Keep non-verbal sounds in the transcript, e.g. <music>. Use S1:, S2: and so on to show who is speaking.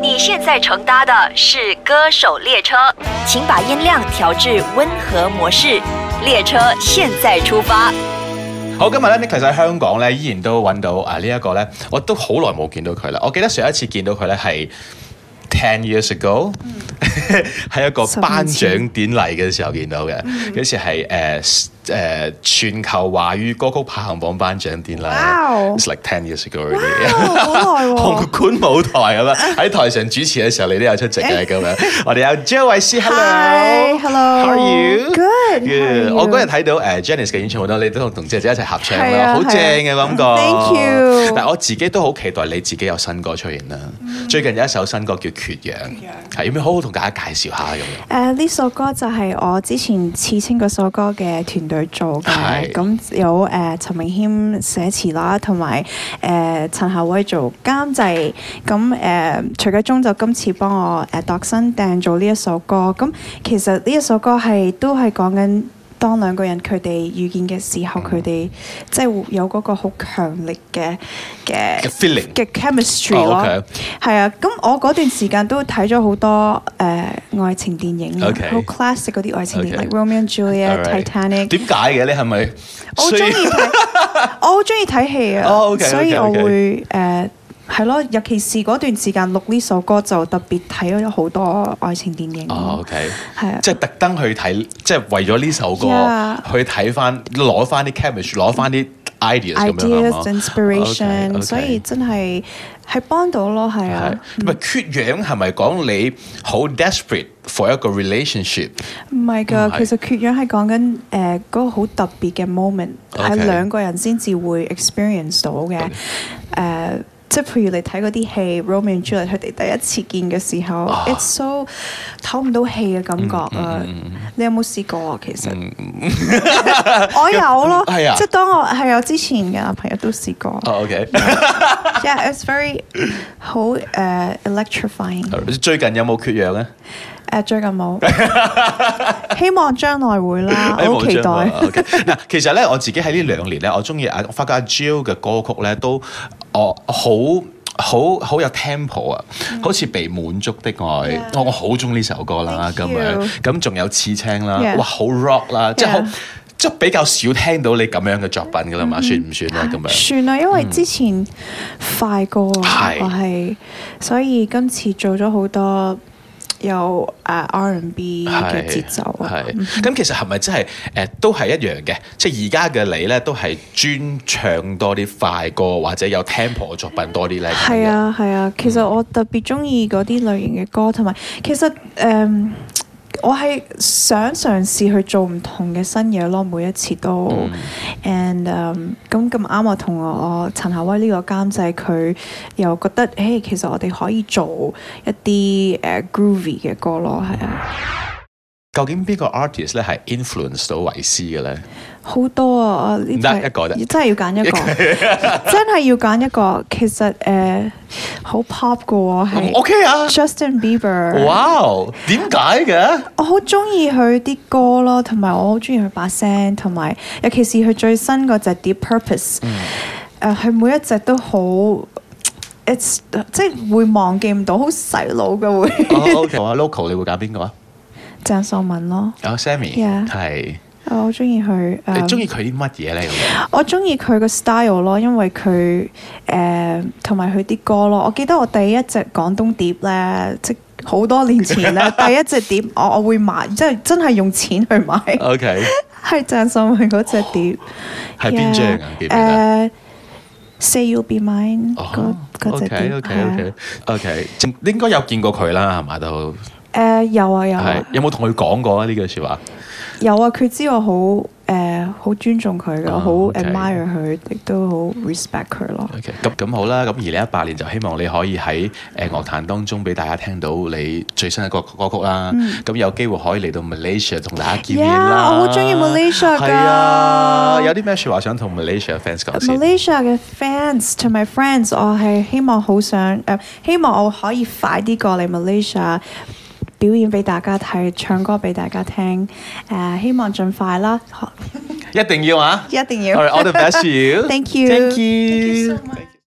S1: 你现在乘搭的是歌手列车，请把音量调至温和模式。列车现在出发。
S2: 好，今日咧，其實喺香港咧，依然都揾到啊呢一、個咧，我都好耐冇見到佢啦。我記得上一次見到佢咧係 ten years ago，喺、一個
S3: 十年
S2: 頒獎
S3: 前
S2: 典禮嘅時候見到嘅，嗰次係誒誒全球華語歌曲排行榜頒獎典禮
S3: Wow
S2: ，it's like ten years ago
S3: <laughs>
S2: already。
S3: 哦好
S2: <laughs>
S3: 耐
S2: 紅
S3: 喎，
S2: 館舞台咁
S3: <laughs>
S2: 樣喺台上主持嘅時候，你都有出席嘅咁樣。我哋有 Jo 慧思，hello，hello，how are
S3: hello
S2: you？
S3: Good，how are
S2: Good
S3: you？
S2: 我嗰日睇到誒 Janice 嘅演唱會啦，你都同姐姐一齊合唱
S3: 係啊
S2: 啦，好正嘅感覺。
S3: Thank you 嗯
S2: 但我自己都好期待你自己有新歌出現啦。最近有一首新歌叫《缺氧》，係要唔要好好同大家介紹下咁樣？
S3: 誒呢首歌就係我之前刺青嗰首歌嘅團隊做
S2: 係
S3: 嘅，咁有誒陳明軒寫詞啦，同埋誒陳夏威做監製，咁誒徐繼忠就今次幫我誒度身訂做呢一首歌，咁其實呢一首歌係都係講緊。當兩個人佢哋遇見嘅時
S2: 嗯
S3: 候，佢哋即係有嗰個好強力嘅嘅
S2: 嘅 feeling
S3: 嘅 chemistry
S2: 哦
S3: 咯
S2: ，OK，
S3: 係啊，咁我嗰段時間都睇咗好多誒、呃、愛情電影啊
S2: OK
S3: 好 classic 嗰啲愛情電影
S2: OK
S3: ，like Romeo and Juliet、
S2: Alright
S3: Titanic。
S2: 點解嘅？你係咪
S3: 我好中
S2: <laughs>
S3: 意睇，我好中意睇戲啊
S2: 哦，OK，OK，OK
S3: 所以我會誒係咯，尤其是嗰段時間錄呢首歌就特別睇咗好多愛情電影。
S2: 哦，OK，
S3: 嗯係啊
S2: 即係特登去睇，即係為咗呢首歌
S3: Yeah
S2: 去睇翻，攞翻啲 chemistry，攞翻啲 ideas 咁樣
S3: ideas
S2: 啊
S3: inspiration，、
S2: OK，OK
S3: 所以真係係幫到咯，係啊
S2: 係，唔係缺氧係咪講你好 desperate for 一個 relationship？
S3: 唔係
S2: 唔係
S3: 㗎，其實缺氧係講緊誒嗰個好特別嘅 moment，
S2: OK
S3: 係兩個人先至會 experience 到嘅誒。即係譬如你睇嗰啲戲《Romeo and Juliet》，佢哋第一次見嘅時候、i
S2: 啊
S3: t s so 唞唔到氣嘅感覺
S2: 嗯
S3: 啊！你有冇試過啊？其實、 <laughs> 我有咯，
S2: <laughs> 係啊
S3: 即係當我係有之前嘅男朋友都試過。
S2: 哦，OK。
S3: Yeah，it's very 好誒、electrifying。
S2: <laughs> 最近有冇缺氧啊咧？
S3: 誒最近
S2: <laughs>
S3: 冇，希望將來會啦，
S2: 哎
S3: 我啊好期待。
S2: OK，嗱， <laughs> 其實咧我自己喺呢兩年咧，我中意啊，我發覺阿 Jill 嘅歌曲咧都我好。好好有 tempo 啊，好似被滿足的愛
S3: 嗯 Yeah
S2: 我我好中意呢首歌啦，咁
S3: Thank you
S2: 樣咁仲有刺青啦
S3: Yeah
S2: 哇，好 rock 啦即係好
S3: Yeah
S2: 即係比較少聽到你咁樣嘅作品噶啦嘛，
S3: Mm-hmm
S2: 算唔算咧咁樣？
S3: 啊
S2: 嗯
S3: 算啦，因為之前快過啊，
S2: 係
S3: 我係，所以今次做咗好多有呃誒 R&B 嘅節奏啊。
S2: 係咁其實係咪真係誒都係一樣嘅？即係而家嘅你咧，都係專唱多啲快歌或者有 tempo 嘅作品多啲咧。咁樣
S3: 係啊係啊，其實我特別中意嗰啲類型嘅歌，同埋其實誒、嗯我係想嘗試去做唔同嘅新嘢咯，每一次都。and 嗯咁咁啱我同我我陳夏威呢個監製，佢又覺得誒、欸其實我哋可以做一啲誒、呃 groovy 嘅歌咯，係啊，
S2: 究竟邊個 artist 咧係 influence 到維斯嘅咧？
S3: 好多啊！呢
S2: 唔得
S3: 排
S2: 一個啫
S3: 真係要揀一個， <laughs> 真係要揀一個。其實誒、呃好 pop 嘅喎，係。
S2: o k 啊，
S3: Justin Bieber，
S2: 哇，點解
S3: <laughs>
S2: 嘅？哦
S3: 我好中意佢啲歌咯，同埋我好中意佢把聲，同埋尤其是佢最新嗰隻碟 Purpose，誒、佢每一隻都好，it's 即係會忘記唔到，好洗腦嘅會。
S2: 哦，OK，好啊，local 你會揀邊個啊？
S3: 鄭秀文咯，
S2: 有 Sammy
S3: Yeah Um
S2: 係，
S3: 我好中意佢。誒
S2: 你中意佢啲乜嘢咧？咁
S3: <laughs>
S2: 樣
S3: 我中意佢個 style 咯，因為佢誒同埋佢啲歌咯。我記得我第一隻廣東碟咧，即好多年前咧，第一隻碟我我會買，即係真係用錢去買，
S2: OK
S3: 係鄭秀文嗰只碟。
S2: 係邊張啊？記唔記得？
S3: 誒，Say You'll Be Mine 嗰
S2: 哦
S3: 嗰隻
S2: ，OK
S3: 碟係
S2: OK
S3: 啊
S2: OK OK，應該有見過佢啦，係嘛都
S3: 誒有啊有
S2: 係
S3: 啊
S2: 有冇同佢講過啊？呢句説話
S3: 有啊！佢知我好誒好尊重佢嘅，
S2: 哦
S3: 我好
S2: OK
S3: admire 佢，亦都好 respect 佢咯。
S2: OK，咁咁好啦，咁二零一八年就希望你可以喺誒樂壇當中俾大家聽到你最新嘅歌歌曲啦。咁、有機會可以嚟到 Malaysia 同大家見面
S3: 嗯 Yeah，
S2: 啦。
S3: 我好鍾意 Malaysia 㗎
S2: 係啊，有啲咩説話想同 Malaysia fans 講先？
S3: Malaysia 嘅 fans 同埋 friends，我係希望好想誒、呃希望我可以快啲過嚟 Malaysia 表演俾大家睇，唱歌俾大家聽。誒、希望盡快啦，
S2: 一定要啊！
S3: 一定
S2: All
S3: 要。
S2: right, all the best to you.
S3: <laughs> Thank you.
S2: Thank you.
S3: Thank you so much.